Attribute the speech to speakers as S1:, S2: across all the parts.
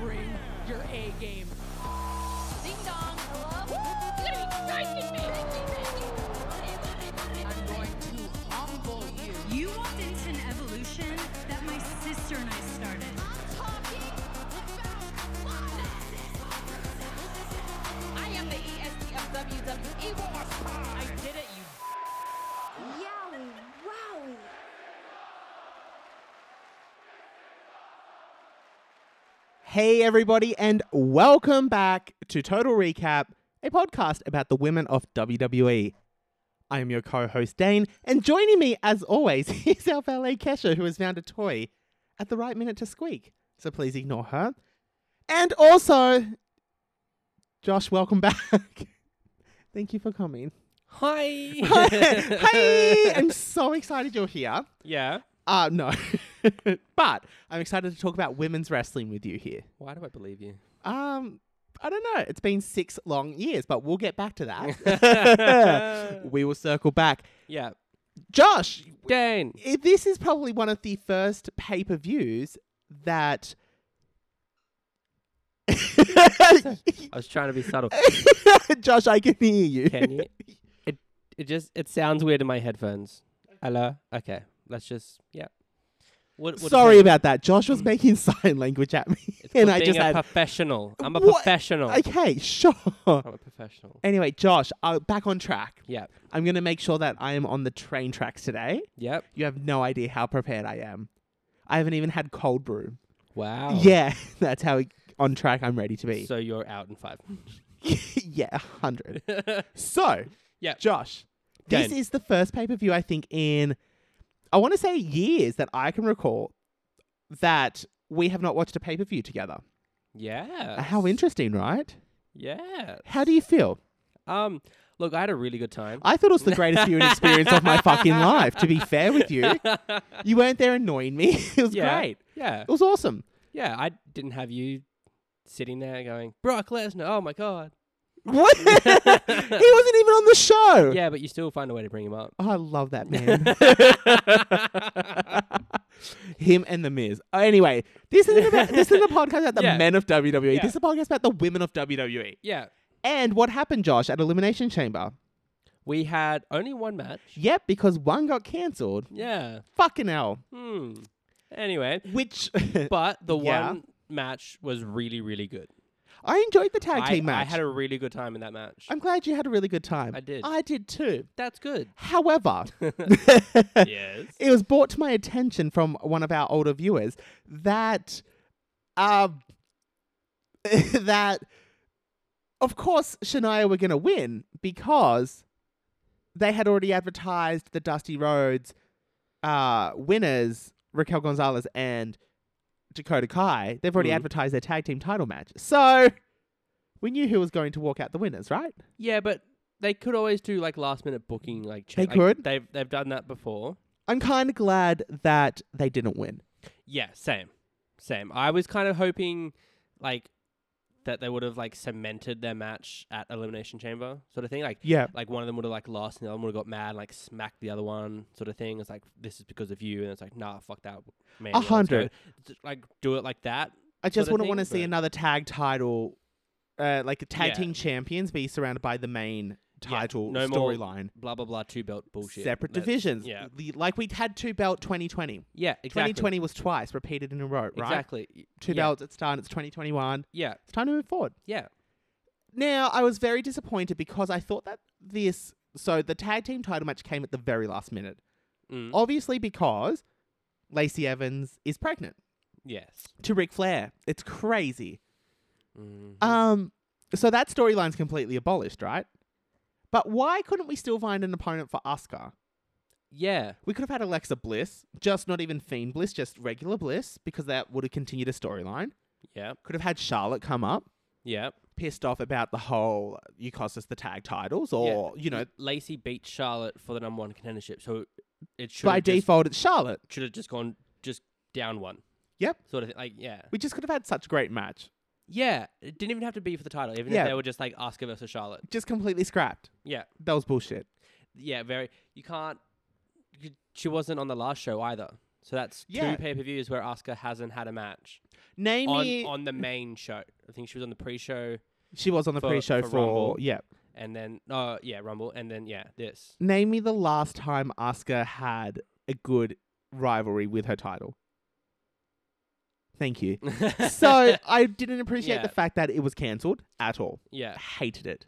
S1: Bring your A game.
S2: Ding dong. Hello?
S1: I'm going to humble you.
S3: You walked into an evolution that my sister and I started.
S2: I am the EST of WWE Wars.
S1: I did it, you
S4: Yowie, wowie.
S5: Hey, everybody, and welcome back to Total Recap, a podcast about the women of WWE. I am your co host, Dane, and joining me, as always, is our valet, Kesha, who has found a toy at the right minute to squeak. So please ignore her. And also, Josh, welcome back. Thank you for coming.
S6: Hi.
S5: Hey, I'm so excited you're here.
S6: yeah.
S5: Uh, no. but I'm excited to talk about women's wrestling with you here.
S6: Why do I believe you?
S5: Um, I don't know. It's been six long years, but we'll get back to that. we will circle back.
S6: Yeah.
S5: Josh,
S6: Dane.
S5: i- this is probably one of the first pay per views that.
S6: I was trying to be subtle.
S5: Josh, I can hear you.
S6: Can you? It it just it sounds weird in my headphones. Hello. Okay. Let's just yeah. What, what does
S5: Sorry
S6: that-
S5: about that. Josh was making sign language at me,
S6: It's
S5: and
S6: called
S5: I
S6: being
S5: just
S6: a
S5: had
S6: professional. I'm a
S5: What?
S6: professional.
S5: okay, sure.
S6: I'm a professional.
S5: Anyway, Josh, uh, back on track.
S6: Yep.
S5: I'm gonna make sure that I am on the train tracks today.
S6: Yep.
S5: You have no idea how prepared I am. I haven't even had cold brew.
S6: Wow.
S5: Yeah, that's how on track I'm ready to be.
S6: So you're out in five.
S5: yeah, 100. so,
S6: Yeah.
S5: Josh, this
S6: Done.
S5: is the first pay per view, I think, in I want to say years that I can recall that we have not watched a pay per view together.
S6: Yeah.
S5: How interesting, right?
S6: Yeah.
S5: How do you feel?
S6: Um. Look, I had a really good time.
S5: I thought it was the greatest viewing experience of my fucking life, to be fair with you. You weren't there annoying me. It was
S6: yeah.
S5: great.
S6: Yeah.
S5: It was awesome.
S6: Yeah. I didn't have you sitting there going Brock Lesnar. Oh my god.
S5: What? he wasn't even on the show. Oh,
S6: Yeah, but you still find a way to bring him up.
S5: I love that man. Him and the Miz. Oh, anyway, this isn't about, this isn't a podcast about the
S6: Yeah.
S5: men of WWE.
S6: Yeah.
S5: This is a podcast about the women of WWE.
S6: yeah.
S5: And what happened, Josh, at Elimination Chamber?
S6: We had only one match.
S5: Yep, because one got cancelled.
S6: Yeah.
S5: Fucking hell.
S6: Hmm. Anyway,
S5: Which
S6: but the
S5: Yeah.
S6: one match was really, really good.
S5: I enjoyed the tag
S6: I,
S5: team
S6: I
S5: match.
S6: had a really good time in that match.
S5: I'm glad you had a really good time.
S6: I did.
S5: I did too.
S6: That's good.
S5: However,
S6: yes.
S5: it was brought to my attention from one of our older viewers that um that of course Shania were gonna win because they had already advertised the Dusty Rhodes uh winners, Raquel Gonzalez and Dakota Kai. They've already
S6: Mhm.
S5: advertised their tag team title match. So we knew who was going to walk out the winners, right?
S6: Yeah, but they could always do like last minute booking, like check.
S5: They
S6: like,
S5: could.
S6: They've they've done that before.
S5: I'm kinda glad that they didn't win.
S6: Yeah. Same. Same. I was kind of hoping, like, that they would have like cemented their match at Elimination Chamber, sort of thing. Like,
S5: Yeah.
S6: like one of them would have like lost and the other one would have got mad and like smacked the other one sort of thing. It's like this is because of you and it's like nah fuck that man.
S5: A
S6: let's
S5: hundred.
S6: go." Just, Like do it like that.
S5: I just
S6: sort of
S5: wouldn't
S6: thing,
S5: want to see
S6: but-
S5: another tag title, uh, like a tag
S6: Yeah.
S5: team champions, be surrounded by the main
S6: Yeah,
S5: title
S6: no more
S5: storyline.
S6: Blah blah blah two belt bullshit.
S5: Separate
S6: That's-
S5: divisions.
S6: Yeah.
S5: The- Like we had two belt 2020.
S6: Yeah, exactly.
S5: 2020 was twice repeated in a row, right?
S6: Exactly. Y-
S5: Two
S6: yeah.
S5: belts, it's done, it's 2021.
S6: Yeah.
S5: It's time to move forward.
S6: Yeah.
S5: Now, I was very disappointed because I thought that this. So the tag team title match came at the very last minute.
S6: Mm.
S5: Obviously, because Lacey Evans is pregnant
S6: Yes.
S5: to Ric Flair. It's crazy.
S6: Mm.
S5: Um, so that storyline's completely abolished, right? But why couldn't we still find an opponent for Asuka?
S6: yeah.
S5: We could have had Alexa Bliss, just not even Fiend Bliss, just regular Bliss, because that would have continued a storyline.
S6: Yeah.
S5: Could have had Charlotte come up,
S6: Yeah.
S5: pissed off about the whole you cost us the tag titles, or you know,
S6: Lacey beat Charlotte for the number one contendership, so it should
S5: by
S6: have just,
S5: default it's Charlotte.
S6: should have just gone just down one.
S5: Yep.
S6: Sort of thing. Like yeah.
S5: We just could have had such a great match,
S6: Yeah, it didn't even have to be for the title. Even
S5: Yeah.
S6: if they were just like Oscar versus Charlotte.
S5: just completely scrapped.
S6: Yeah,
S5: That was bullshit.
S6: yeah, very. You can't. you- She wasn't on the last show either, So that's
S5: Yeah.
S6: two pay per views where Asuka hasn't had a match
S5: Name
S6: on,
S5: me.
S6: on the main show. I think she was on the pre-show
S5: she was on the
S6: for-
S5: pre-show
S6: for
S5: for,
S6: Rumble.
S5: yeah.
S6: and then uh yeah Rumble and then yeah this.
S5: Name me the last time Asuka had a good rivalry with her title. Thank you. so I didn't appreciate
S6: Yeah.
S5: the fact that it was cancelled at all.
S6: yeah,
S5: Hated it.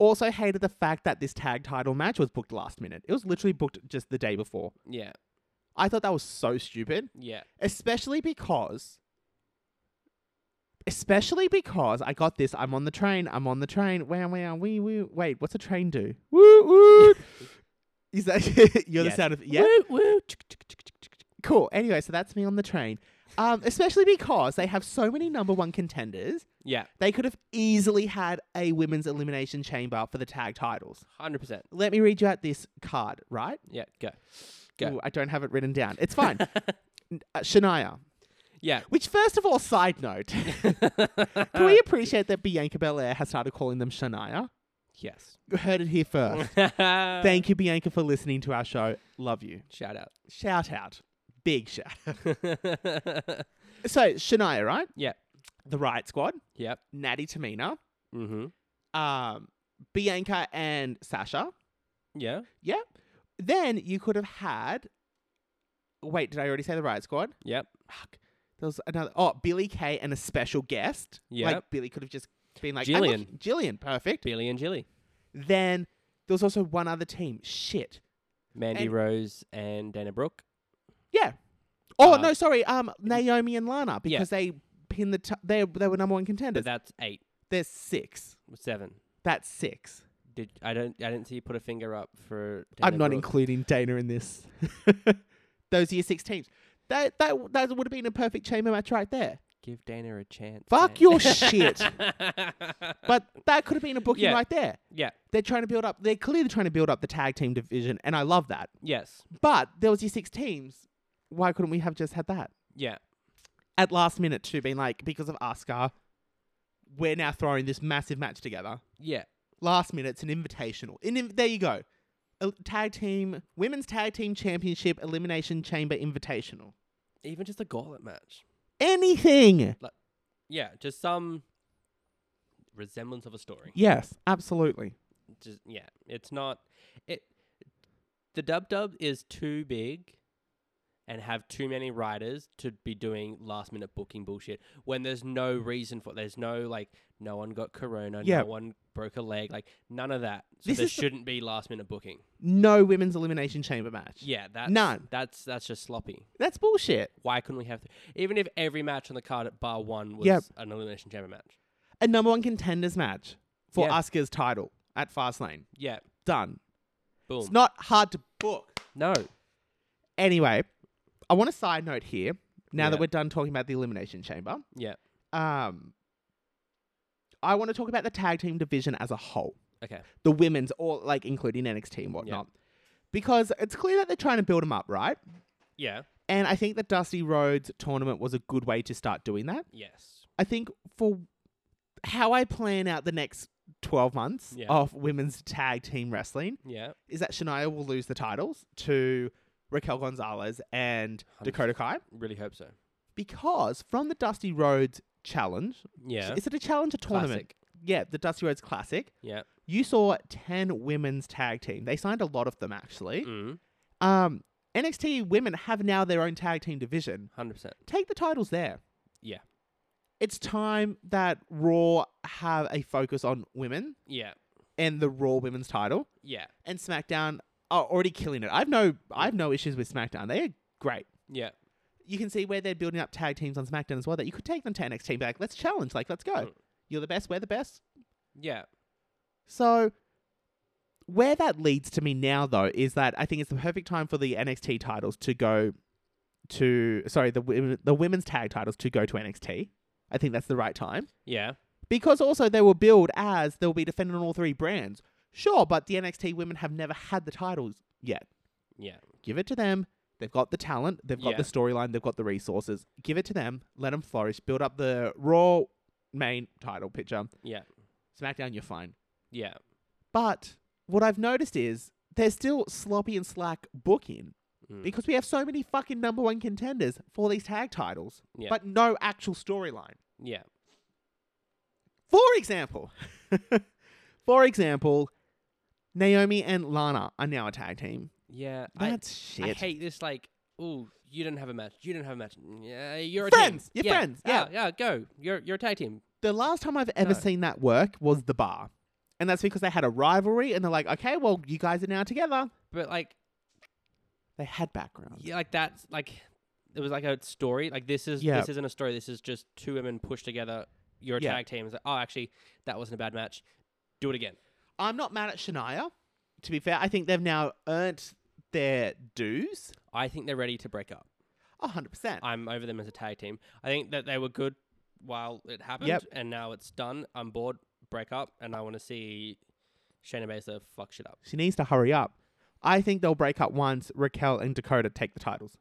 S5: Also hated the fact that this tag title match was booked last minute. It was literally booked just the day before.
S6: yeah,
S5: I thought that was so stupid,
S6: yeah,
S5: especially because especially because I got this I'm on the train, I'm on the train. Wow wow wee wee wait, what's a train do? Woo woo. Is that you're the
S6: Yes.
S5: sound of yeah? Cool. Anyway, so that's me on the train. Um, especially because they have so many number one contenders
S6: yeah,
S5: they could have easily had a women's elimination chamber for the tag titles.
S6: hundred percent.
S5: Let me read you out this card, right?
S6: Yeah, go, go.
S5: Ooh, I don't have it written down. It's fine. N- uh, Shania.
S6: Yeah,
S5: Which, first of all, side note, can
S6: Uh,
S5: we appreciate that Bianca Belair has started calling them Shania?
S6: yes.
S5: You heard it here first.
S6: Thank
S5: Uh, Thank you, Bianca, for listening to our show. Love you.
S6: Shout out.
S5: Shout out. Big shout. So, Shania, right?
S6: yeah.
S5: The Riot Squad,
S6: Yep.
S5: Natty Tamina,
S6: Mm-hmm.
S5: um, Bianca and Sasha.
S6: Yeah.
S5: Yeah. Then you could have had. Wait, did I already say the Riot Squad?
S6: Yep.
S5: Fuck. There was another. Oh, Billy Kay and a special guest. Like
S6: Yep.
S5: Billy could have just been like I'm
S6: Jillian.
S5: looking- Jillian, perfect.
S6: Billy and Jilly.
S5: Then there was also one other team. Shit.
S6: Mandy
S5: And-
S6: Rose and Dana Brooke.
S5: Yeah. Oh
S6: Uh,
S5: no, sorry. Um, Naomi and Lana
S6: Yeah.
S5: because they pinned the. T- they they were number one
S6: But
S5: contenders.
S6: that's eight
S5: There's six.
S6: or seven.
S5: That's six.
S6: Did I don't I didn't see you put a finger up for.
S5: I'm
S6: Dana
S5: not
S6: Brooke.
S5: including Dana in this. Those are your six teams. That that that would have been a perfect chamber match right there.
S6: Give Dana a chance.
S5: Fuck
S6: man.
S5: your shit. But that could have been a booking
S6: Yeah.
S5: right there.
S6: yeah.
S5: They're trying to build up. They're clearly trying to build up the tag team division, and I love that.
S6: Yes.
S5: But there was your six teams. Why couldn't we have just had that
S6: Yeah.
S5: at last minute too? Being like, because of Asuka, we're now throwing this massive match together.
S6: Yeah.
S5: Last minute, it's an invitational. An inv- there you go. A tag team, women's tag team championship elimination chamber invitational.
S6: Even just a gauntlet match.
S5: Anything.
S6: Yeah. Just some resemblance of a story.
S5: Yes, absolutely.
S6: just yeah, it's not it. The dub dub is too big, and have too many writers to be doing last minute booking bullshit when there's no reason for. There's no like, no one got corona,
S5: Yeah.
S6: no one broke a leg, like none of that. So
S5: This
S6: there
S5: is the-
S6: shouldn't be last minute booking.
S5: No women's elimination chamber match.
S6: Yeah, that's
S5: None.
S6: That's that's just sloppy.
S5: That's bullshit.
S6: Why couldn't we have th- even if every match on the card at bar one was
S5: Yep.
S6: an elimination chamber match?
S5: a number one contenders match for
S6: Yeah.
S5: Asuka's title at Fastlane.
S6: Yeah,
S5: Done.
S6: boom.
S5: It's not hard to book.
S6: no,
S5: Anyway, I want a side note here. Now that
S6: Yeah.
S5: we're done talking about the Elimination Chamber,
S6: yeah,
S5: um, I want to talk about the tag team division as a whole,
S6: okay,
S5: the women's, all like including NXT and whatnot, because it's clear that they're trying to build them up, right?
S6: yeah,
S5: And I think the Dusty Rhodes tournament was a good way to start doing that.
S6: yes,
S5: I think for how I plan out the next 12 months
S6: Yeah.
S5: of women's tag team wrestling
S6: yeah,
S5: is that Shania will lose the titles to Raquel Gonzalez and
S6: Hundred
S5: Dakota Kai
S6: really hope so.
S5: because from the Dusty Rhodes challenge,
S6: Yeah,
S5: is it a challenge or tournament?
S6: Classic.
S5: Yeah, the Dusty Rhodes Classic.
S6: yeah.
S5: You saw 10 women's tag team. They signed a lot of them actually.
S6: Mm,
S5: Um, NXT women have now their own tag team division.
S6: 100%.
S5: Take the titles there.
S6: Yeah.
S5: It's time that Raw have a focus on women.
S6: Yeah.
S5: and the Raw Women's Title,
S6: Yeah.
S5: and SmackDown are already killing it. I've no, I've no issues with SmackDown. They are great.
S6: Yeah.
S5: You can see where they're building up tag teams on SmackDown as well. That you could take them to NXT and be like, let's challenge, like let's go.
S6: Mm.
S5: You're the best. We're the best.
S6: Yeah.
S5: So where that leads to me now, though, is that I think it's the perfect time for the NXT titles to go to sorry the women, the women's tag titles to go to NXT. I think that's the right time.
S6: Yeah.
S5: Because also they were billed as they'll be defending all three brands. Sure, but the NXT women have never had the titles yet.
S6: Yeah.
S5: Give it to them. They've got the talent, they've got
S6: Yeah.
S5: the storyline, they've got the resources. Give it to them. Let them flourish. Build up the Raw main title picture.
S6: Yeah.
S5: SmackDown, you're fine.
S6: Yeah.
S5: But what I've noticed is there's still sloppy and slack booking.
S6: Hmm.
S5: because we have so many fucking number one contenders for these tag titles,
S6: Yeah.
S5: but no actual storyline.
S6: Yeah.
S5: For example, for example, Naomi and Lana are now a tag team.
S6: Yeah. I-
S5: That's shit.
S6: I hate this. Like, oh, you don't have a match. You don't have a match. Yeah, you're a
S5: Friends,
S6: Team.
S5: you're friends, yeah.
S6: yeah. Go. You're you're a tag team.
S5: the last time I've ever
S6: No.
S5: seen that work was the bar. And that's because they had a rivalry and they're like, okay, well, you guys are now together.
S6: But like,
S5: They had background.
S6: yeah, like that's like it was like a story. Like this is
S5: Yeah.
S6: this isn't a story. This is just two women pushed together. You're a
S5: Yeah.
S6: tag team. It's like, oh, actually, that wasn't a bad match. Do it again.
S5: I'm not mad at Shania, to be fair. I think they've now earned their dues.
S6: I think they're ready to break up.
S5: 100%.
S6: I'm over them as a tag team. I think that they were good while it happened,
S5: Yep.
S6: and now it's done. I'm bored. Break up, and I want to see Shayna Baszler fuck shit up.
S5: she needs to hurry up. I think they'll break up once Raquel and Dakota take the titles.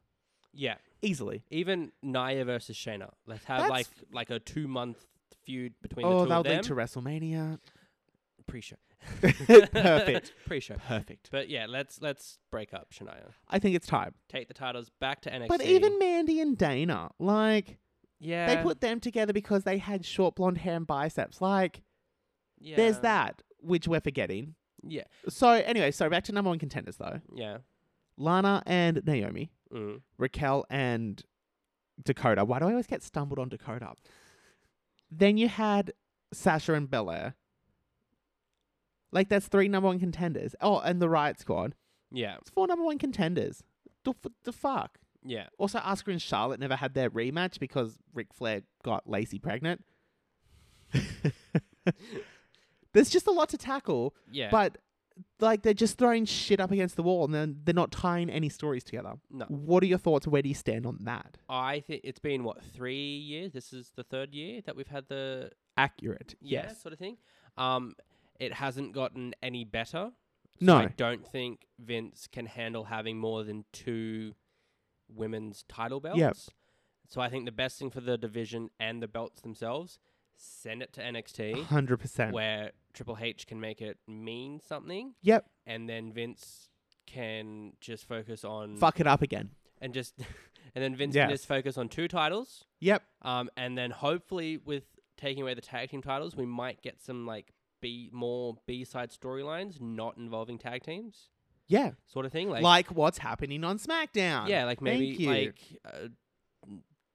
S6: Yeah,
S5: Easily.
S6: even Nia versus Shayna. Let's have
S5: That's-
S6: like like a two month feud between
S5: oh,
S6: the two
S5: they'll
S6: of them.
S5: lead to WrestleMania.
S6: Pre-show,
S5: Perfect.
S6: pre-show.
S5: Perfect.
S6: But yeah, let's let's break up Shania.
S5: I think it's time.
S6: Take the titles back to NXT.
S5: But even Mandy and Dana, like,
S6: yeah,
S5: they put them together because they had short blonde hair and biceps. Like,
S6: yeah,
S5: There's that, which we're forgetting.
S6: Yeah,
S5: So anyway, so back to number one contenders though.
S6: yeah.
S5: Lana and Naomi,
S6: Mm.
S5: Raquel and Dakota. Why do I always get stumbled on Dakota? Then you had Sasha and Belair. Like that's three number one contenders. Oh, and the Riot Squad.
S6: Yeah,
S5: It's four number one contenders. The, f- the fuck.
S6: yeah,
S5: Also, Asuka and Charlotte never had their rematch because Ric Flair got Lacey pregnant. There's just a lot to tackle.
S6: yeah.
S5: But like they're just throwing shit up against the wall and then they're not tying any stories together.
S6: No.
S5: What are your thoughts? Where do you stand on that?
S6: I think it's been what three years. This is the third year that we've had the
S5: Accurate.
S6: yeah, sort of thing. Um, it hasn't gotten any better. So
S5: No.
S6: I don't think Vince can handle having more than two women's title belts. So I think the best thing for the division and the belts themselves, send it to NXT,
S5: Hundred percent.
S6: where Triple H can make it mean something,
S5: Yep.
S6: and then Vince can just focus on
S5: Fuck it up again.
S6: and just and then Vince can
S5: Yes.
S6: just focus on two titles.
S5: Yep.
S6: Um, and then hopefully with taking away the tag team titles, we might get some like B more B side storylines not involving tag teams,
S5: Yeah.
S6: sort of thing. Like,
S5: Like, what's happening on SmackDown.
S6: yeah, like
S5: Thank
S6: maybe
S5: you.
S6: like uh,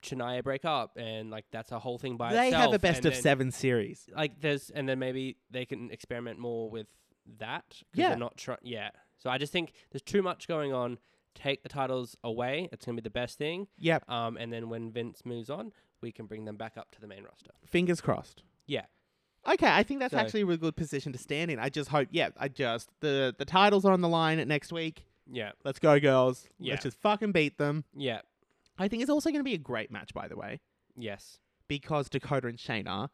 S6: Shania break up and like that's a whole thing by
S5: they
S6: itself.
S5: have a best
S6: and
S5: of
S6: then,
S5: seven series.
S6: Like there's and then maybe they can experiment more with that. 'cause
S5: Yeah.
S6: they're not trying. Yeah, so I just think there's too much going on. Take the titles away. It's gonna be the best thing.
S5: Yep.
S6: Um, and then when Vince moves on, we can bring them back up to the main roster.
S5: Fingers crossed.
S6: Yeah.
S5: Okay, I think that's
S6: So-
S5: actually a really good position to stand in. I just hope, yeah, I just the the titles are on the line next week.
S6: Yeah,
S5: Let's go, girls.
S6: Yeah.
S5: Let's just fucking beat them.
S6: yeah,
S5: I think it's also going to be a great match, by the way.
S6: yes,
S5: because Dakota and Shayna,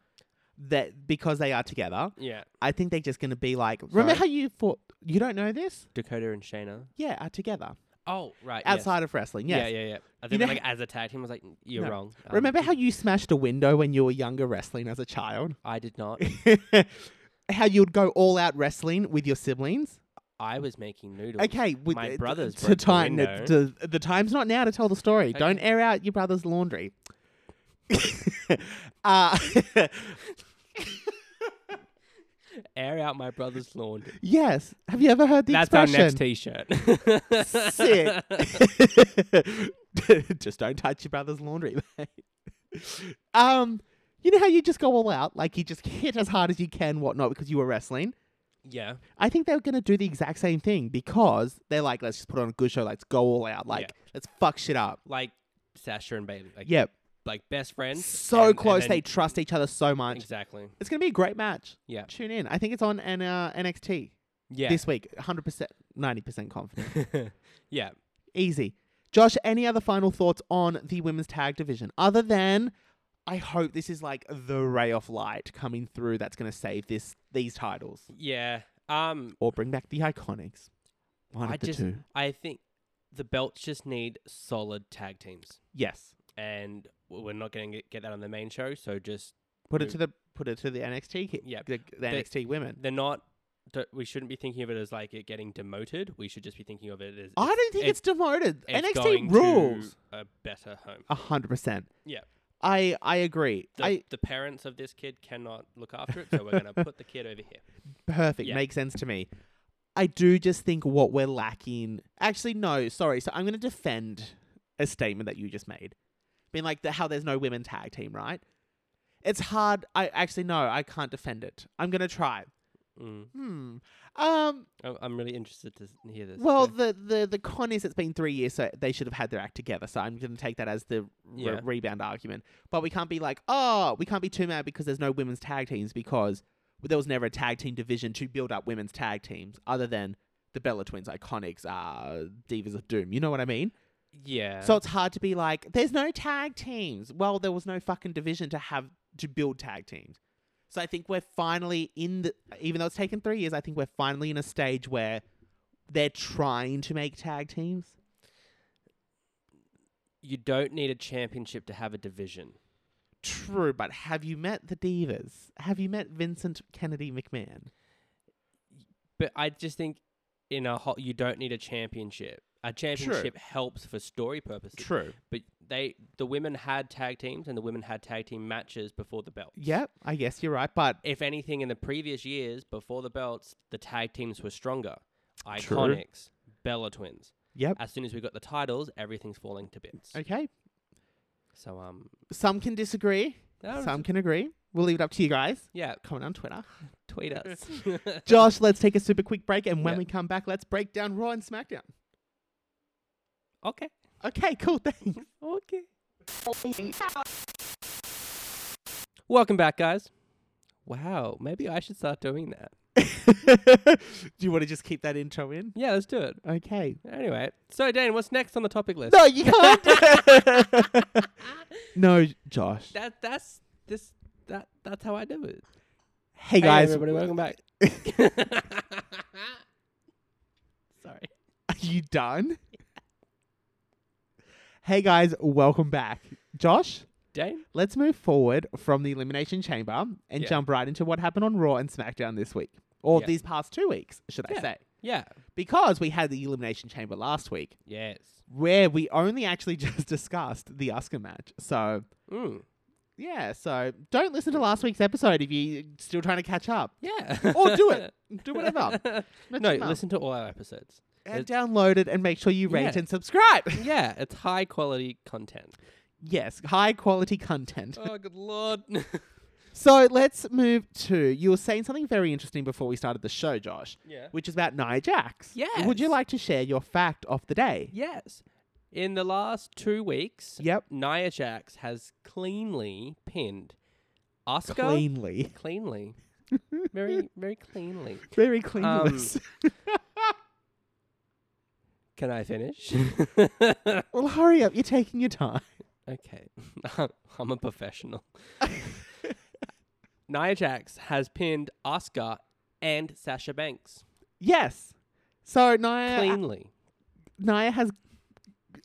S5: that because they are together,
S6: yeah.
S5: I think they're just going to be like, remember
S6: Sorry?
S5: how you thought you don't know this?
S6: Dakota and Shayna.
S5: Yeah, are together
S6: Oh, right. yes.
S5: outside of wrestling. Yes.
S6: Yeah, yeah, yeah. I
S5: You
S6: think
S5: know
S6: like as a tag team, I was like, you're
S5: No.
S6: wrong. Um,
S5: Remember how you smashed a window when you were younger wrestling as a child?
S6: I did not.
S5: how you'd go all out wrestling with your siblings?
S6: I was making noodles.
S5: Okay, with
S6: My
S5: uh,
S6: brothers
S5: to
S6: broke the
S5: time
S6: window.
S5: to, the time's not now to tell the story. Don't
S6: Okay.
S5: air out your brother's laundry. uh,
S6: Air out my brother's laundry.
S5: yes. Have you ever heard the
S6: That's
S5: expression?
S6: our next T-shirt.
S5: sick. just don't touch your brother's laundry, mate. Um, you know how you just go all out, like you just hit as hard as you can, whatnot, because you were wrestling.
S6: yeah,
S5: I think they're gonna do the exact same thing because they're like, let's just put on a good show, let's go all out, like let's fuck shit up.
S6: like Sasha and Bailey. Like,
S5: Yep,
S6: like best friends.
S5: so
S6: and- and
S5: close.
S6: then-
S5: they trust each other so much.
S6: exactly.
S5: It's gonna be a great match.
S6: Yeah.
S5: tune in. I think it's on N- uh, NXT
S6: Yeah.
S5: this week. Hundred percent, ninety percent confident.
S6: yeah.
S5: Easy. Josh, any other final thoughts on the women's tag division other than I hope this is like the ray of light coming through that's going to save this these titles
S6: Yeah. Um,
S5: or bring back the iconics. One
S6: I
S5: of the
S6: just,
S5: two.
S6: I think the belts just need solid tag teams.
S5: Yes.
S6: and w- we're not going to get that on the main show. So just
S5: Put it
S6: Move.
S5: to the put it to the NXT. ki-
S6: Yep.
S5: The, the
S6: They-
S5: NXT women.
S6: they're not do we shouldn't be thinking of it as like it getting demoted. We should just be thinking of it as
S5: I don't think it's, demoted.
S6: going
S5: NXT
S6: to
S5: rules.
S6: a better home.
S5: A hundred percent.
S6: Yeah.
S5: I I agree.
S6: The,
S5: I
S6: the parents of this kid cannot look after it, so we're going to put the kid over here.
S5: perfect.
S6: Yeah.
S5: Makes sense to me. I do just think what we're lacking. Actually, no. Sorry. So I'm going to defend a statement that you just made, being like the, how there's no women tag team, right? It's hard. I actually no. I can't defend it. I'm going to try.
S6: Mm.
S5: Hmm. Um.
S6: I- I'm really interested to s- hear this.
S5: Well,
S6: Go.
S5: the, the the con is it's been three years, so they should have had their act together. So I'm going to take that as the re-
S6: Yeah.
S5: rebound argument. But we can't be like, oh, we can't be too mad because there's no women's tag teams because there was never a tag team division to build up women's tag teams other than the Bella Twins, Iconics, uh, Divas of Doom. You know what I mean?
S6: yeah.
S5: So it's hard to be like, there's no tag teams. Well, there was no fucking division to have to build tag teams. So I think we're finally in the, even though it's taken three years, I think we're finally in a stage where they're trying to make tag teams.
S6: you don't need a championship to have a division.
S5: True, but have you met the divas? Have you met Vincent Kennedy McMahon?
S6: But I just think in a whole, you don't need a championship. A championship helps for story purposes.
S5: True.
S6: But they the women had tag teams and the women had tag team matches before the belt.
S5: Yep, I guess you're right, but
S6: If anything, in the previous years before the belts, the tag teams were stronger.
S5: True.
S6: Iconics, Bella Twins.
S5: yep.
S6: As soon as we got the titles, everything's falling to bits.
S5: Okay.
S6: So um,
S5: Some can disagree,
S6: that was-
S5: some can agree. We'll leave it up to you guys.
S6: yeah,
S5: Comment on Twitter.
S6: tweet us.
S5: Josh, let's take a super quick break, and when
S6: Yeah.
S5: we come back, let's break down Raw and SmackDown.
S6: okay.
S5: Okay, cool. Thanks.
S6: Okay. Welcome back, guys. Wow, maybe I should start doing that.
S5: do you want to just keep that intro in?
S6: Yeah, let's do it.
S5: Okay.
S6: Anyway, so Dane, what's next on the topic list?
S5: No, you can't. no, Josh.
S6: That that's this that that's how I do it.
S5: Hey guys,
S6: everybody, welcome back. Sorry.
S5: are you done? Hey guys, welcome back. Josh,
S6: Dane?
S5: let's move forward from the Elimination Chamber and
S6: Yeah.
S5: jump right into what happened on Raw and SmackDown this week. Or
S6: Yeah.
S5: these past two weeks, should I
S6: Yeah.
S5: say.
S6: Yeah.
S5: Because we had the Elimination Chamber last week.
S6: Yes.
S5: where we only actually just discussed the Oscar match. So
S6: Mm.
S5: yeah, so don't listen to last week's episode if you're still trying to catch up,
S6: Yeah.
S5: or do it, do whatever. Let
S6: no,
S5: them know.
S6: listen to all our episodes.
S5: and download it and make sure you rate
S6: Yeah.
S5: and subscribe.
S6: Yeah, it's high quality content.
S5: yes, high quality content.
S6: Oh, good lord.
S5: So let's move to you were saying something very interesting before we started the show, Josh.
S6: Yeah.
S5: Which is about Nia Jax. Would you
S6: Yes.
S5: like to share your fact of the day?
S6: yes. In the last two weeks,
S5: Yep.
S6: Nia Jax has cleanly pinned Oscar.
S5: Cleanly.
S6: Cleanly. very, very cleanly.
S5: Very cleanless.
S6: Um. Can I finish?
S5: well, hurry up. You're taking your time.
S6: Okay. I'm a professional. Nia Jax has pinned Oscar and Sasha Banks
S5: Yes. So Nia
S6: cleanly.
S5: Nia has.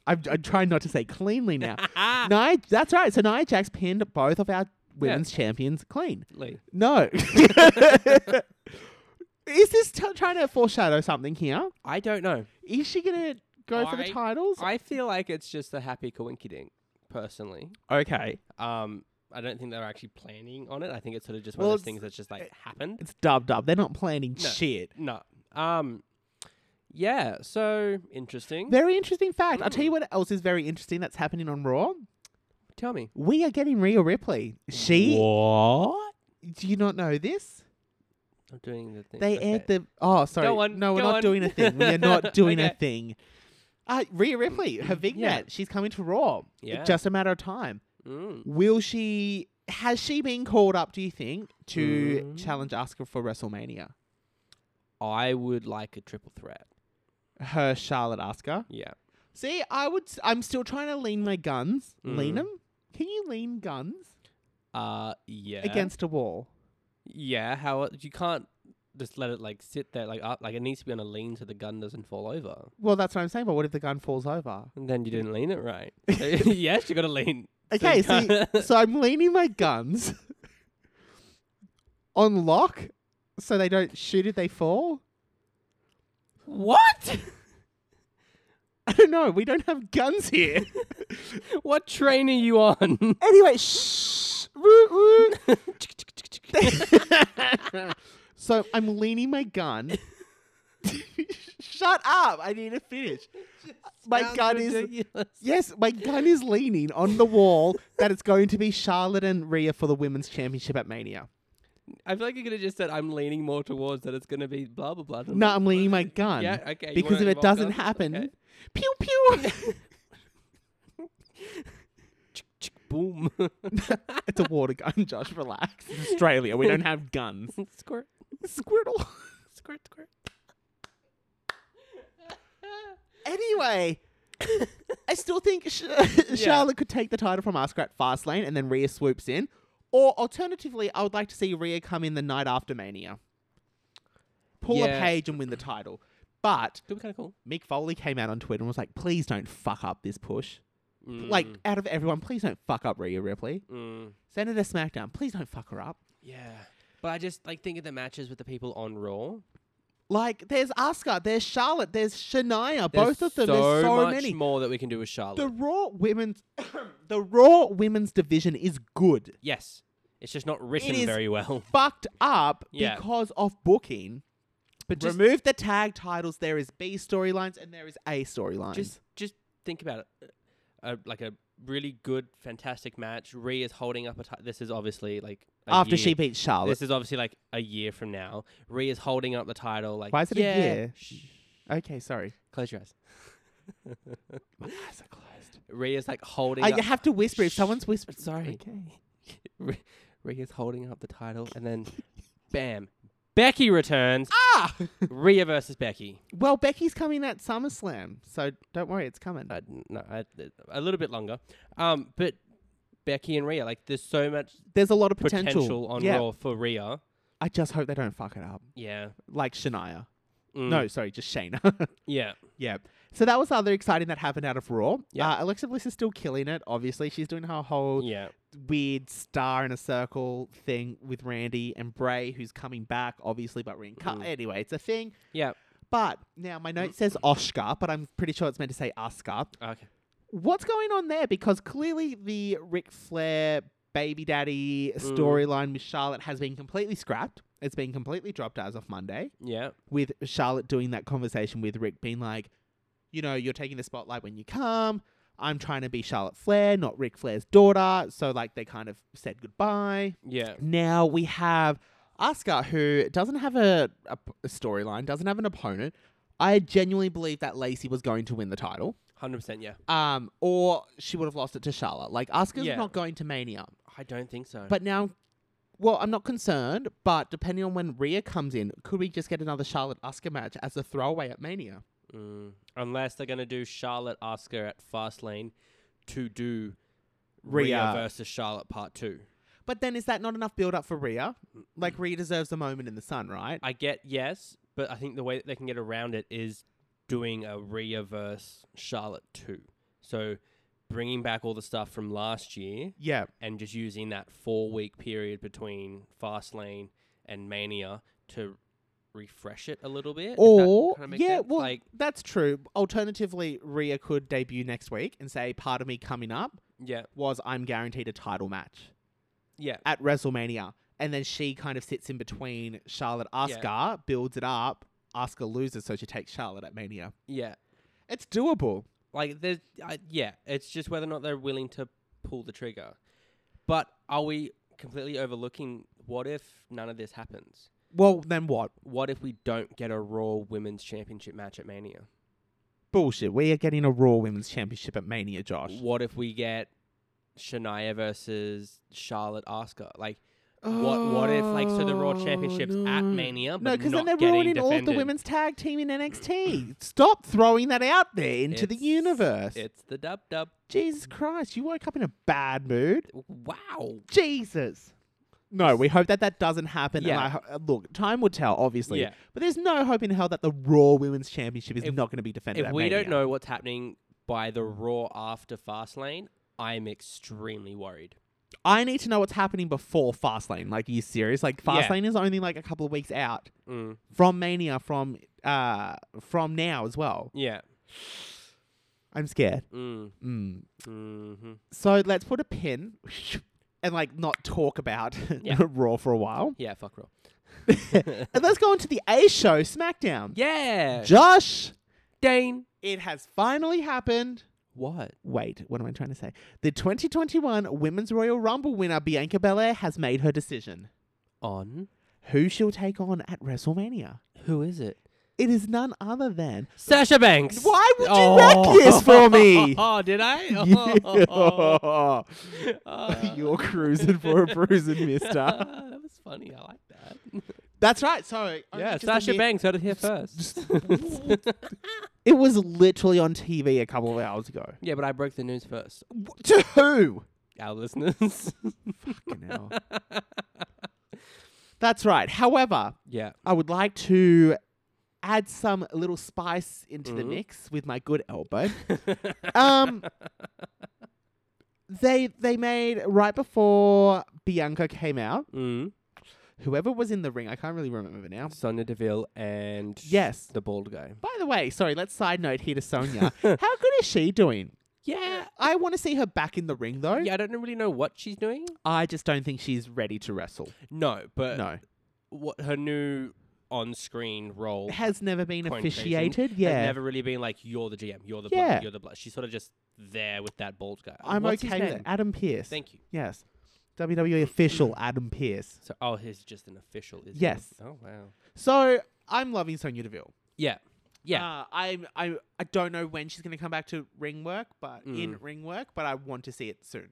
S5: I'm, I'm trying not to say cleanly now. Nia, that's right. So Nia Jax pinned both of our women's champions clean.
S6: Lee.
S5: No. Is this t- trying to foreshadow something here?
S6: I don't know.
S5: Is she going to go for the
S6: I-
S5: titles?
S6: I feel like it's just a happy coinky dink, personally.
S5: okay.
S6: Um, I don't think they're actually planning on it. I think it's sort of just one
S5: Well,
S6: of those
S5: it's-
S6: things that's just like happened.
S5: It's dubbed up. They're not planning
S6: No.
S5: shit.
S6: No. Um, yeah. So interesting.
S5: Very interesting fact. I'll
S6: Mm.
S5: tell you what else is very interesting that's happening on Raw.
S6: Tell me.
S5: We are getting Rhea Ripley. She.
S6: What?
S5: Do you not know this?
S6: I'm doing the thing.
S5: They
S6: okay.
S5: aired the. Oh, sorry.
S6: Go on,
S5: no, we're
S6: go
S5: not
S6: on.
S5: doing a thing. We are not doing a
S6: Okay.
S5: thing. Uh, Rhea Ripley, her vignette. She's coming to Raw.
S6: Yeah.
S5: Just a matter of time.
S6: Mm.
S5: Will she. Has she been called up, do you think, to
S6: Mm.
S5: challenge Asuka for WrestleMania?
S6: I would like a triple threat.
S5: Her Charlotte Asuka?
S6: Yeah.
S5: See, I would. s- I'm still trying to lean my guns. Lean
S6: Mm.
S5: them? Can you lean guns
S6: Uh, yeah.
S5: against a wall?
S6: Yeah. How you can't just let it like sit there like up like it needs to be on a lean so the gun doesn't fall over.
S5: Well, that's what I'm saying, but what if the gun falls over?
S6: And then you didn't lean it right. So, yes, you got to lean. So you
S5: Okay,
S6: can't-
S5: so, so I'm leaning my guns on lock so they don't shoot if they fall?
S6: What?
S5: I don't know. We don't have guns here.
S6: what train are you on?
S5: anyway, shh. Woot, woot. so I'm leaning my gun. Shut up! I need to finish. My gun is yes, my gun is leaning on the wall that it's going to be Charlotte and Rhea for the women's championship at Mania.
S6: I feel like you could have just said I'm leaning more towards that it's going to be blah blah blah.
S5: No, I'm leaning my gun.
S6: Yeah, okay, you
S5: Because
S6: wanna
S5: if it
S6: involve
S5: doesn't
S6: guns?
S5: happen,
S6: Okay.
S5: pew pew.
S6: boom.
S5: it's a water gun, Josh. Relax. It's Australia, we don't have guns.
S6: squirt,
S5: Squirtle.
S6: squirt, squirt.
S5: Anyway, I still think Sh- Charlotte could take the title from Asuka at Fastlane and then Rhea swoops in. Or alternatively, I would like to see Rhea come in the night after Mania. Pull a
S6: Yeah.
S5: page and win the title. But
S6: Could be kind of cool.
S5: Mick Foley came out on Twitter and was like, please don't fuck up this push.
S6: Mm,
S5: Like, out of everyone, please don't fuck up Rhea Ripley.
S6: mm,
S5: Send her to SmackDown. Please don't fuck her up.
S6: yeah. But I just like think of the matches with the people on Raw.
S5: Like, there's Asuka, there's Charlotte, there's Shania.
S6: There's
S5: Both of them.
S6: So
S5: there's so
S6: much
S5: many.
S6: more that we can do with Charlotte.
S5: The Raw women's the Raw women's division is good.
S6: yes, it's just not written
S5: is-
S6: very well.
S5: Fucked up
S6: Yeah.
S5: because of booking.
S6: But just
S5: Remove the tag titles. There is B storylines and there is A storylines.
S6: just just think about it. Uh, like a really good, fantastic match. Rhea is holding up a. T- this is obviously like a
S5: after
S6: year-
S5: she beats Charlotte,
S6: This is obviously like a year from now. Rhea's holding up the title. Like
S5: Why is it a
S6: yeah,
S5: year?
S6: Shh,
S5: okay, sorry.
S6: close your eyes.
S5: My eyes are closed.
S6: Rhea's like holding.
S5: I
S6: up,
S5: Uh, you have to whisper if
S6: Shh.
S5: someone's whispering.
S6: Sorry.
S5: Okay.
S6: Rhea- Rhea's holding up the title, and then, bam, Becky returns.
S5: Ah.
S6: Rhea versus Becky.
S5: well, Becky's coming at SummerSlam, so don't worry, it's coming.
S6: Uh, no, I, a little bit longer. Um, but Becky and Rhea, like, there's so much
S5: There's a lot of
S6: potential,
S5: potential.
S6: on
S5: yeah.
S6: Raw for Rhea.
S5: I just hope they don't fuck it up,
S6: Yeah.
S5: like Shania.
S6: Mm.
S5: No, sorry, just Shayna.
S6: Yeah.
S5: Yeah. So that was the other exciting that happened out of Raw.
S6: Yeah.
S5: Uh, Alexa Bliss is still killing it. Obviously, she's doing her whole
S6: Yeah.
S5: weird star in a circle thing with Randy and Bray, who's coming back, obviously, but reincarnated.
S6: Mm.
S5: Anyway, it's a thing.
S6: Yeah.
S5: But now my note says Oscar, but I'm pretty sure it's meant to say Oscar.
S6: Okay.
S5: What's going on there? Because clearly the Ric Flair baby daddy
S6: Hmm.
S5: storyline with Charlotte has been completely scrapped. It's been completely dropped as of Monday
S6: Yeah.
S5: with Charlotte doing that conversation with Rick, being like, you know, you're taking the spotlight when you come. I'm trying to be Charlotte Flair, not Ric Flair's daughter. So, like, they kind of said goodbye.
S6: Yeah.
S5: Now we have Asuka, who doesn't have a, a p- a storyline, doesn't have an opponent. I genuinely believe that Lacey was going to win the title,
S6: Hundred percent. Yeah.
S5: um, or she would have lost it to Charlotte. Like, Asuka's
S6: Yeah.
S5: not going to Mania.
S6: I don't think so.
S5: But now, well, I'm not concerned, but depending on when Rhea comes in, could we just get another Charlotte Asuka match as a throwaway at Mania?
S6: Mm. Unless they're going to do Charlotte Oscar at Fastlane to do Rhea,
S5: Rhea.
S6: versus Charlotte Part 2.
S5: But then is that not enough build up for Rhea? Like, Rhea deserves a moment in the sun, right?
S6: I get yes, but I think the way that they can get around it is doing a Rhea versus Charlotte 2. So bringing back all the stuff from last year
S5: Yeah.
S6: and just using that four week period between Fastlane and Mania to refresh it a little bit. if that
S5: Or,
S6: kinda makes
S5: yeah,
S6: sense.
S5: well,
S6: like,
S5: that's true. Alternatively, Rhea could debut next week and say, part of me coming up
S6: yeah,
S5: was I'm guaranteed a title match
S6: yeah,
S5: at WrestleMania. And then she kind of sits in between Charlotte
S6: Yeah.
S5: Asuka, builds it up. Asuka loses, so she takes Charlotte at Mania.
S6: yeah.
S5: It's doable.
S6: Like there's, I yeah, it's just whether or not they're willing to pull the trigger. But are we completely overlooking what if none of this happens?
S5: Well, then what?
S6: What if we don't get a Raw Women's Championship match at Mania?
S5: Bullshit. We are getting a Raw Women's Championship at Mania, Josh.
S6: What if we get Shania versus Charlotte Oscar? Like, what? What if like so the Raw Championships at Mania,
S5: No,
S6: but
S5: because then
S6: not
S5: they're
S6: getting
S5: ruining all of the
S6: defended?
S5: women's tag team in NXT. Stop throwing that out there into the
S6: It's-
S5: universe.
S6: It's the dub dub.
S5: Jesus Christ, you woke up in a bad mood.
S6: Wow.
S5: Jesus. No, we hope that that doesn't happen. And
S6: Yeah.
S5: I ho- uh, look, time will tell, obviously.
S6: Yeah.
S5: But there's no hope in hell that the Raw Women's Championship is
S6: If-
S5: not going to be defended.
S6: If
S5: at
S6: we don't
S5: Mania.
S6: know what's happening by the Raw after Fastlane, I'm extremely worried.
S5: I need to know what's happening before Fastlane. Like, are you serious? Like,
S6: Yeah.
S5: Fastlane is only like a couple of weeks out
S6: Mm,
S5: from Mania, from uh, from now as well.
S6: yeah.
S5: I'm scared.
S6: Mm,
S5: Mm.
S6: mm-hmm.
S5: So let's put a pin and like not talk about
S6: Yeah.
S5: Raw for a while,
S6: Yeah, fuck Raw.
S5: and let's go on to the A show, SmackDown.
S6: Yeah.
S5: Josh,
S6: Dane.
S5: it has finally happened.
S6: What?
S5: Wait, what am I trying to say? The 2021 Women's Royal Rumble winner Bianca Belair has made her decision.
S6: On?
S5: Who she'll take on at WrestleMania?
S6: Who is it?
S5: It is none other than Oh.
S6: Sasha Banks.
S5: Why would you wreck this for me?
S6: Oh, did I?
S5: You're cruising for a bruising, mister.
S6: Oh, that was funny. I like that.
S5: That's right. So, only
S6: Yeah,
S5: just a
S6: Sasha
S5: year-
S6: Banks heard it here first.
S5: It was literally on TV a couple of hours ago.
S6: yeah, but I broke the news first.
S5: W- To who?
S6: Our listeners.
S5: Fucking hell. That's right. However,
S6: yeah.
S5: I would like to add some little spice into the
S6: Mhm.
S5: mix with my good elbow. um, they they made right before Bianca came out.
S6: Mm.
S5: Whoever was in the ring, I can't really remember now.
S6: Sonia Deville and
S5: Yes.
S6: the bald guy.
S5: By the way, sorry. Let's side note here to Sonia. How good is she doing?
S6: Yeah.
S5: I want to see her back in the ring though.
S6: Yeah, I don't really know what she's doing.
S5: I just don't think she's ready to wrestle.
S6: No, but
S5: No,
S6: what her new on-screen role
S5: has never been
S6: Point taken.
S5: officiated.
S6: has
S5: Yeah,
S6: never really been like you're the GM, you're the
S5: Yeah.
S6: blood, you're the blood. She's sort of just there with that bald guy.
S5: I'm
S6: What's his
S5: okay with it.
S6: name?
S5: Adam Pierce.
S6: Thank you.
S5: Yes. WWE official Adam Pierce.
S6: So, oh, he's just an official. Is
S5: Yes.
S6: Oh wow.
S5: So I'm loving Sonya Deville.
S6: Yeah. Yeah.
S5: Uh, I'm I I don't know when she's gonna come back to ring work, but
S6: Mm.
S5: in ring work, but I want to see it soon.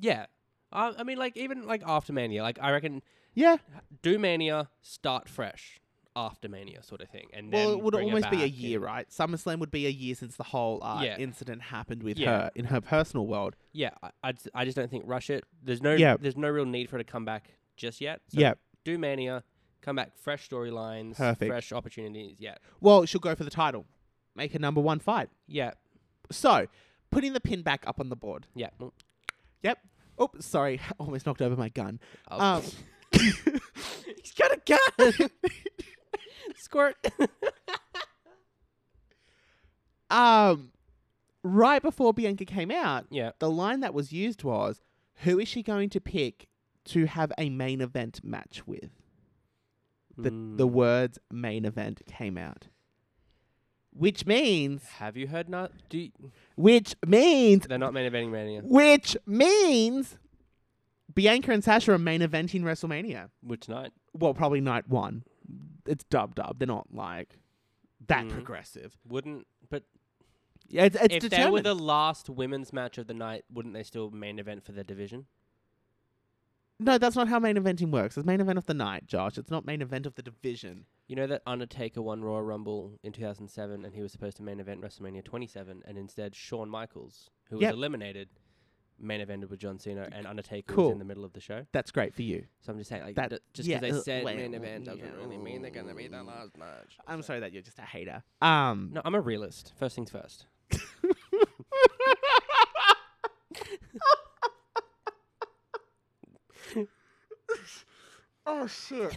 S6: yeah. Uh, I mean, like even like after Mania, like I reckon
S5: Yeah.
S6: do Mania, start fresh after Mania, sort of thing, and
S5: Well,
S6: then
S5: it would
S6: bring her
S5: almost be a
S6: back and-
S5: year, right? SummerSlam would be a year since the whole uh,
S6: Yeah.
S5: incident happened with
S6: Yeah.
S5: her in her personal world.
S6: Yeah, I, I'd s- I just don't think rush it. There's no
S5: Yeah.
S6: there's no real need for her to come back just yet. So
S5: Yeah.
S6: Do Mania, come back fresh storylines,
S5: Perfect.
S6: fresh opportunities. Yeah.
S5: Well, she'll go for the title, make a number one fight.
S6: Yeah.
S5: So, putting the pin back up on the board.
S6: Yeah. Mm.
S5: Yep. Oh, sorry, almost knocked over my gun.
S6: Oh.
S5: Um, He's got a gun.
S6: Squirt.
S5: um, right before Bianca came out,
S6: yeah.
S5: the line that was used was, "Who is she going to pick to have a main event match with?" The
S6: Mm.
S5: the words "main event" came out, which means,
S6: Have you heard not? Do you-
S5: which means,
S6: they're not main eventing Mania,
S5: which means, Bianca and Sasha are main eventing WrestleMania.
S6: which night?
S5: Well, probably night one. It's dub dub. They're not like that
S6: Mm.
S5: progressive.
S6: Wouldn't but
S5: Yeah, it's, it's
S6: if they were
S5: determined.
S6: the last women's match of the night, wouldn't they still main event for their division?
S5: No, that's not how main eventing works. It's main event of the night, Josh. It's not main event of the division.
S6: You know that Undertaker won Royal Rumble in 2007 and he was supposed to main event WrestleMania 27 and instead Shawn Michaels, who
S5: Yep.
S6: was eliminated, main evented with John Cena and Undertaker was
S5: cool.
S6: in the middle of the show.
S5: That's great for you.
S6: So I'm just saying like
S5: That-
S6: that, just because
S5: yeah,
S6: they
S5: uh,
S6: said
S5: wait,
S6: main
S5: uh,
S6: event doesn't
S5: yeah,
S6: really mean they're going to be the last match.
S5: I'm
S6: So-
S5: sorry that you're just a hater. Um,
S6: No, I'm a realist. First things first.
S5: oh shit!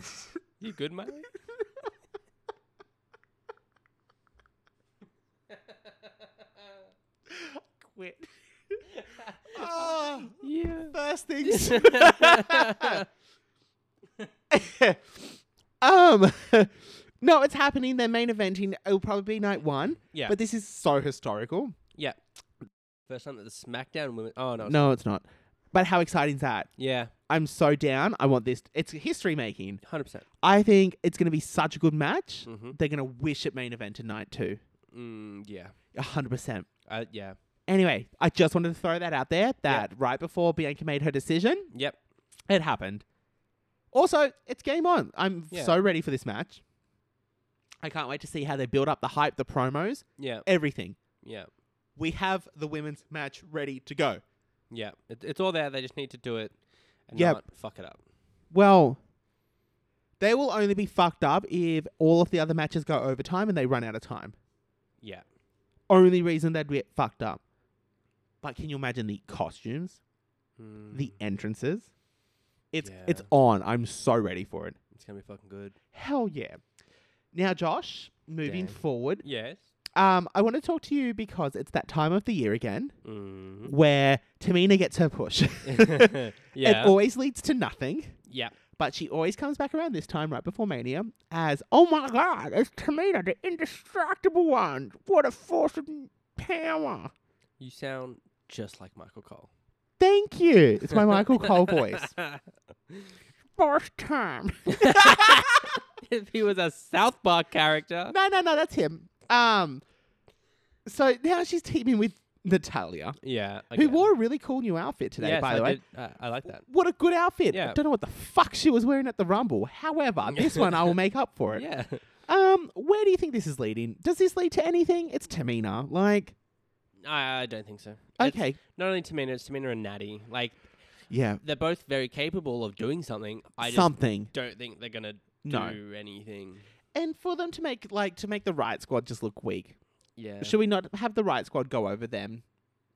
S6: You good, mate?
S5: Quit. oh,
S6: yeah.
S5: first things. um, no, it's happening. They're main eventing. It'll probably be night one.
S6: Yeah.
S5: But this is so historical.
S6: yeah. First time that the SmackDown women. Oh no. it's-
S5: No, it's not. But how exciting is that?
S6: Yeah.
S5: I'm so down. I want this. It's history making.
S6: Hundred percent.
S5: I think it's going to be such a good match.
S6: Mhm.
S5: They're going to wish it main event tonight too.
S6: Mm, yeah.
S5: A 100%.
S6: Uh, yeah.
S5: Anyway, I just wanted to throw that out there that right before Bianca made her decision,
S6: Yep.
S5: it happened. Also, it's game on. I'm
S6: Yeah.
S5: so ready for this match. I can't wait to see how they build up the hype, the promos,
S6: Yeah.
S5: everything.
S6: Yeah.
S5: We have the women's match ready to go.
S6: Yeah, it, it's all there. They just need to do it and
S5: Yep.
S6: not fuck it up.
S5: Well, they will only be fucked up if all of the other matches go overtime and they run out of time.
S6: Yeah,
S5: Only reason they'd get fucked up. But can you imagine the costumes?
S6: Mm,
S5: the entrances. It's it's
S6: Yeah.
S5: on. I'm so ready for it.
S6: It's gonna be fucking good.
S5: Hell yeah. Now, Josh, moving
S6: Dan.
S5: forward,
S6: Yes.
S5: um, I want to talk to you because it's that time of the year again
S6: Mm.
S5: where Tamina gets her push.
S6: yeah.
S5: It always leads to nothing,
S6: yeah.
S5: but she always comes back around this time right before Mania as, oh my god, it's Tamina, the indestructible one. What a force of power.
S6: You sound just like Michael Cole.
S5: Thank you. It's my Michael Cole voice. First time.
S6: if he was a South Park character.
S5: No, no, no, that's him. Um, so now she's teaming with Natalia,
S6: Yeah.
S5: who
S6: again.
S5: wore a really cool new outfit today,
S6: Yes,
S5: by
S6: I
S5: the way.
S6: did- I- I like that.
S5: What a good outfit. I
S6: Yeah.
S5: don't know what the fuck she was wearing at the Rumble. However, this one I will make up for it.
S6: Yeah.
S5: Um, where do you think this is leading? Does this lead to anything? It's Tamina. Like,
S6: I, I don't think so. It's
S5: okay.
S6: not only Tamina, it's Tamina and Natty. Like
S5: Yeah.
S6: they're both very capable of doing something. I just
S5: something.
S6: don't think they're gonna do
S5: No.
S6: anything.
S5: And for them to make like to make the right squad just look weak.
S6: Yeah.
S5: Should we not have the right squad go over them?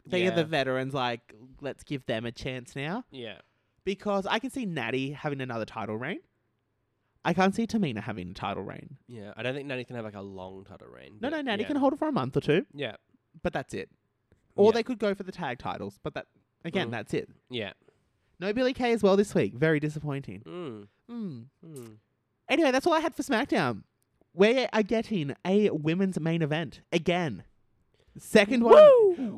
S5: They are the
S6: Yeah.
S5: veterans, like, let's give them a chance now.
S6: Yeah.
S5: because I can see Natty having another title reign. I can't see Tamina having a title reign.
S6: Yeah. I don't think Natty can have like a long title reign.
S5: No,
S6: but
S5: no, Natty
S6: yeah.
S5: can hold it for a month or two,
S6: Yeah.
S5: but that's it. Or
S6: Yeah.
S5: they could go for the tag titles, but that again,
S6: Mm.
S5: that's it.
S6: Yeah.
S5: No Billy Kay as well this week. Very disappointing.
S6: Mm.
S5: Mm.
S6: Mm.
S5: Anyway, that's all I had for SmackDown. We are getting a women's main event again. Second one.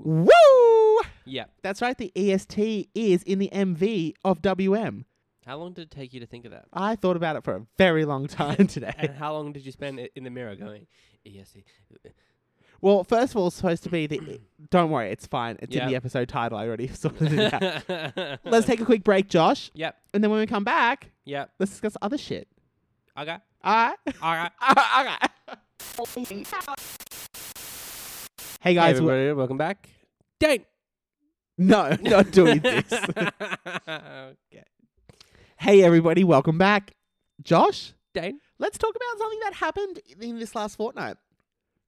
S5: Woo! Woo!
S6: Yeah.
S5: That's right. The EST is in the MV of WM.
S6: How long did it take you to think of that?
S5: I thought about it for a very long time today.
S6: And how long did you spend i- in the mirror going, "E yes,
S5: Well, first of all, it's supposed to be the. Don't worry, it's fine. It's in
S6: Yeah.
S5: the episode title. I already sorted it out. Let's take a quick break, Josh,
S6: Yep.
S5: and then when we come back,
S6: Yep.
S5: let's discuss other shit.
S6: Okay.
S5: All right.
S6: All right.
S5: All right. Hey guys, we're-
S6: welcome back. Date.
S5: no, not doing this.
S6: okay.
S5: hey everybody, welcome back, Josh.
S6: Date.
S5: Let's talk about something that happened in this last fortnight.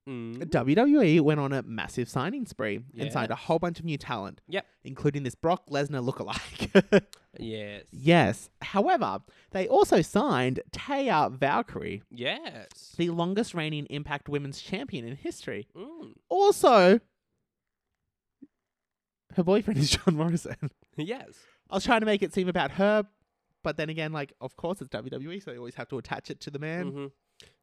S6: Mm.
S5: WWE went on a massive signing spree and signed a
S6: Yes.
S5: whole bunch of new talent.
S6: Yep.
S5: Including this Brock Lesnar lookalike.
S6: Yes.
S5: Yes. However, they also signed Taya Valkyrie,
S6: Yes.
S5: the longest reigning Impact Women's Champion in history.
S6: Mm.
S5: Also, her boyfriend is John Morrison.
S6: Yes.
S5: I was trying to make it seem about her, but then again, like, of course it's WWE, so they always have to attach it to the man.
S6: hmm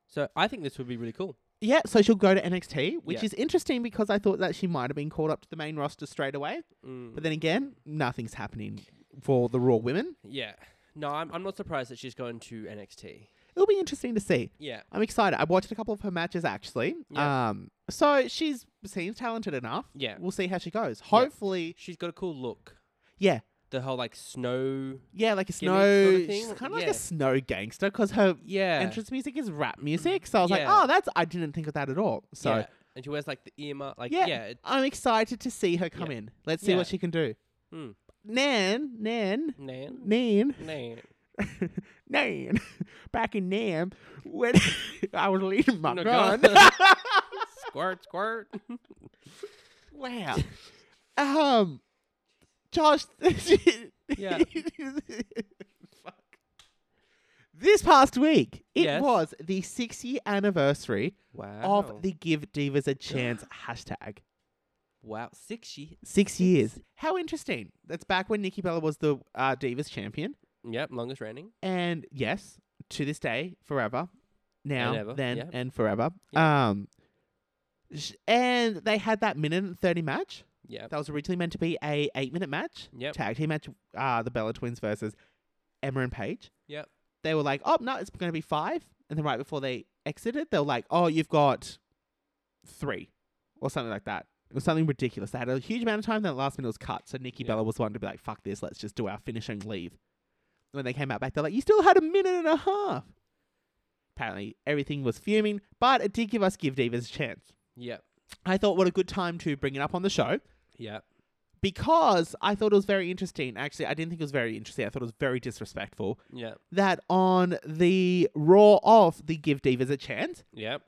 S6: So I think this would be really cool.
S5: Yeah, so she'll go to NXT, which
S6: Yeah.
S5: is interesting because I thought that she might have been called up to the main roster straight away.
S6: Mm.
S5: But then again, nothing's happening for the Raw women.
S6: Yeah. No, I'm, I'm not surprised that she's going to NXT.
S5: It'll be interesting to see.
S6: Yeah.
S5: I'm excited. I watched a couple of her matches actually.
S6: Yeah.
S5: Um, so she's seems talented enough.
S6: Yeah.
S5: we'll see how she goes. Hopefully,
S6: She's got a cool look.
S5: yeah,
S6: The whole like snow.
S5: yeah, like a
S6: Gimmick
S5: snow,
S6: sort of
S5: she's
S6: thing?
S5: kind of like
S6: Yeah.
S5: a snow gangster because her
S6: Yeah.
S5: entrance music is rap music. So I was like,
S6: Yeah.
S5: oh, that's I didn't think of that at all. So
S6: Yeah. And she wears like the earmark. Like,
S5: yeah,
S6: yeah. it-
S5: I'm excited to see her come
S6: Yeah.
S5: in. Let's see
S6: Yeah.
S5: what she can do.
S6: Mm.
S5: Nan, Nan,
S6: Nan.
S5: Nan,
S6: Nan.
S5: Nan, back in Nam when I was leading my
S6: No
S5: gun.
S6: gun. Squirt, squirt.
S5: Wow. um, Josh.
S6: Yeah.
S5: Fuck. This past week, it
S6: Yes.
S5: was the six year anniversary
S6: Wow.
S5: of the Give Divas a Chance hashtag.
S6: wow six years.
S5: Six years. How interesting. That's back when Nikki Bella was the uh, Divas champion.
S6: Yep, longest reigning.
S5: And yes, to this day, forever. Now,
S6: ever,
S5: then,
S6: yep.
S5: and forever.
S6: Yep.
S5: Um, sh- and they had that minute and 30 match.
S6: Yeah.
S5: That was originally meant to be a eight minute match.
S6: Yep.
S5: Tag team match. Uh, the Bella Twins versus Emma and Paige.
S6: Yep.
S5: They were like, oh no, it's going to be five. And then right before they exited, they were like, oh, you've got three, or something like that. It was something ridiculous. They had a huge amount of time. Then the last minute was cut. So Nikki
S6: Yeah.
S5: Bella was wanting to be like, fuck this, let's just do our finish and leave. When they came out back, they're like, you still had a minute and a half. Apparently, everything was fuming, but it did give us Give Divas a chance.
S6: Yep.
S5: I thought, what a good time to bring it up on the show
S6: Yep.
S5: because I thought it was very interesting. Actually, I didn't think it was very interesting. I thought it was very disrespectful
S6: Yep.
S5: that on the Raw of the Give Divas a Chance,
S6: Yep.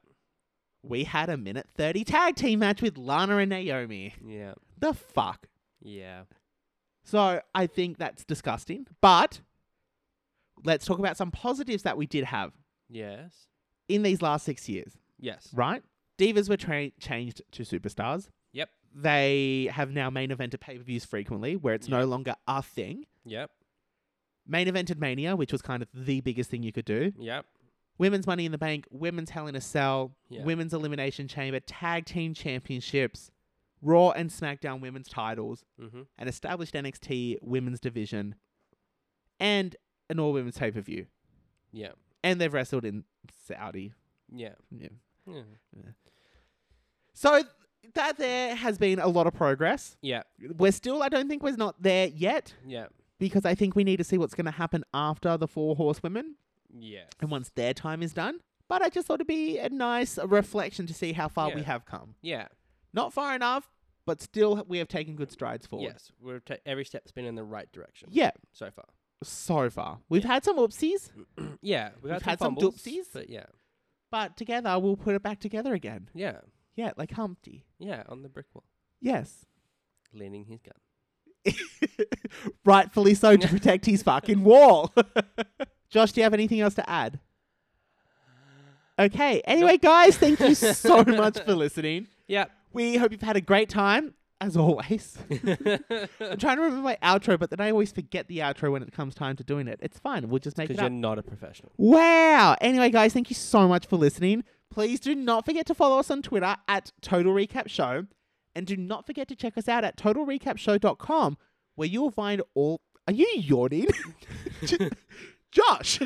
S5: we had a minute 30 tag team match with Lana and Naomi.
S6: Yeah.
S5: The fuck?
S6: Yeah.
S5: So I think that's disgusting. But let's talk about some positives that we did have
S6: Yes.
S5: in these last six years,
S6: Yes.
S5: right? Divas were tra- changed to superstars.
S6: Yep.
S5: They have now main evented pay per views frequently, where it's no longer a thing.
S6: Yep.
S5: Main evented Mania, which was kind of the biggest thing you could do.
S6: Yep.
S5: Women's Money in the Bank, Women's Hell in a Cell,
S6: Yeah.
S5: Women's Elimination Chamber, Tag Team Championships, Raw and SmackDown Women's titles,
S6: Mhm.
S5: an established NXT Women's division, and an all women's pay per view.
S6: Yep.
S5: And they've wrestled in Saudi.
S6: Yeah.
S5: Yeah.
S6: Yeah.
S5: So th- that there has been a lot of progress.
S6: Yeah.
S5: We're still, I don't think we're not there yet
S6: Yeah.
S5: because I think we need to see what's going to happen after the four horsewomen
S6: Yes.
S5: and once their time is done. But I just thought it'd be a nice reflection to see how far we
S6: Yeah.
S5: have come.
S6: Yeah.
S5: Not far enough, but still we have taken good strides forward.
S6: Yes. We're ta- every step's been in the right direction.
S5: Yeah,
S6: So far.
S5: so far. We've had some oopsies,
S6: yeah. We've,
S5: We've had some
S6: fumbles,
S5: doopsies.
S6: But yeah.
S5: but together we'll put it back together again.
S6: Yeah.
S5: Yeah, like Humpty.
S6: Yeah. On the brick wall,
S5: Yes.
S6: leaning his gun.
S5: Rightfully so to protect his fucking wall. Josh, do you have anything else to add? Okay. Anyway, guys, thank you so much for listening.
S6: Yeah.
S5: We hope you've had a great time, as always. I'm trying to remember my outro, but then I always forget the outro when it comes time to doing it. It's fine. We'll just make
S6: Because
S5: it
S6: you're
S5: up.
S6: not a professional.
S5: Wow. Anyway, guys, thank you so much for listening. Please do not forget to follow us on Twitter at Total Recap Show. And do not forget to check us out at totalrecapshow.com, where you'll find all. Are you yawning? J- Josh,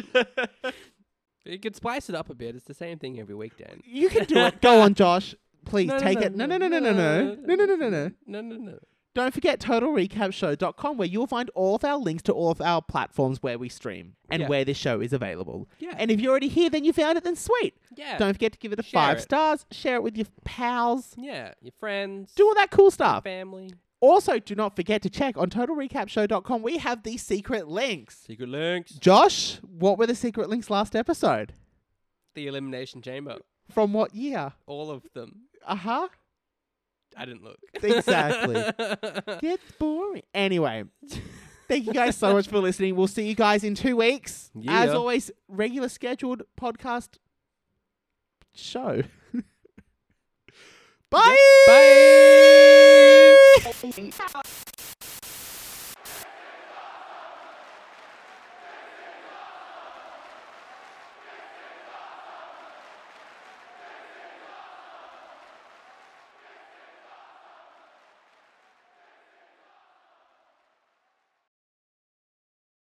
S6: You could spice it up a bit. It's the same thing every week, Dan.
S5: you can do it. Go on, Josh. Please
S6: No, no,
S5: take
S6: no,
S5: it. No, no, no, no, no, no. No, no, no, no, no.
S6: No, no, no.
S5: Don't forget totalrecapshow.com where you'll find all of our links to all of our platforms where we stream and
S6: Yeah.
S5: where this show is available.
S6: Yeah.
S5: And if you're already here, then you found it, then sweet.
S6: Yeah.
S5: Don't forget to give it a
S6: Share
S5: five
S6: it.
S5: stars, share it with your pals,
S6: Yeah. Your friends.
S5: do all that cool stuff.
S6: family.
S5: Also, do not forget to check on totalrecapshow.com. We have the secret links.
S6: Secret links.
S5: Josh, what were the secret links last episode?
S6: The elimination chamber.
S5: From what year?
S6: All of them.
S5: Uh huh.
S6: I didn't look.
S5: Exactly. Gets boring. Anyway, thank you guys so much for listening. We'll see you guys in two weeks. As
S6: Yeah.
S5: always, regular scheduled podcast show. Bye. Bye.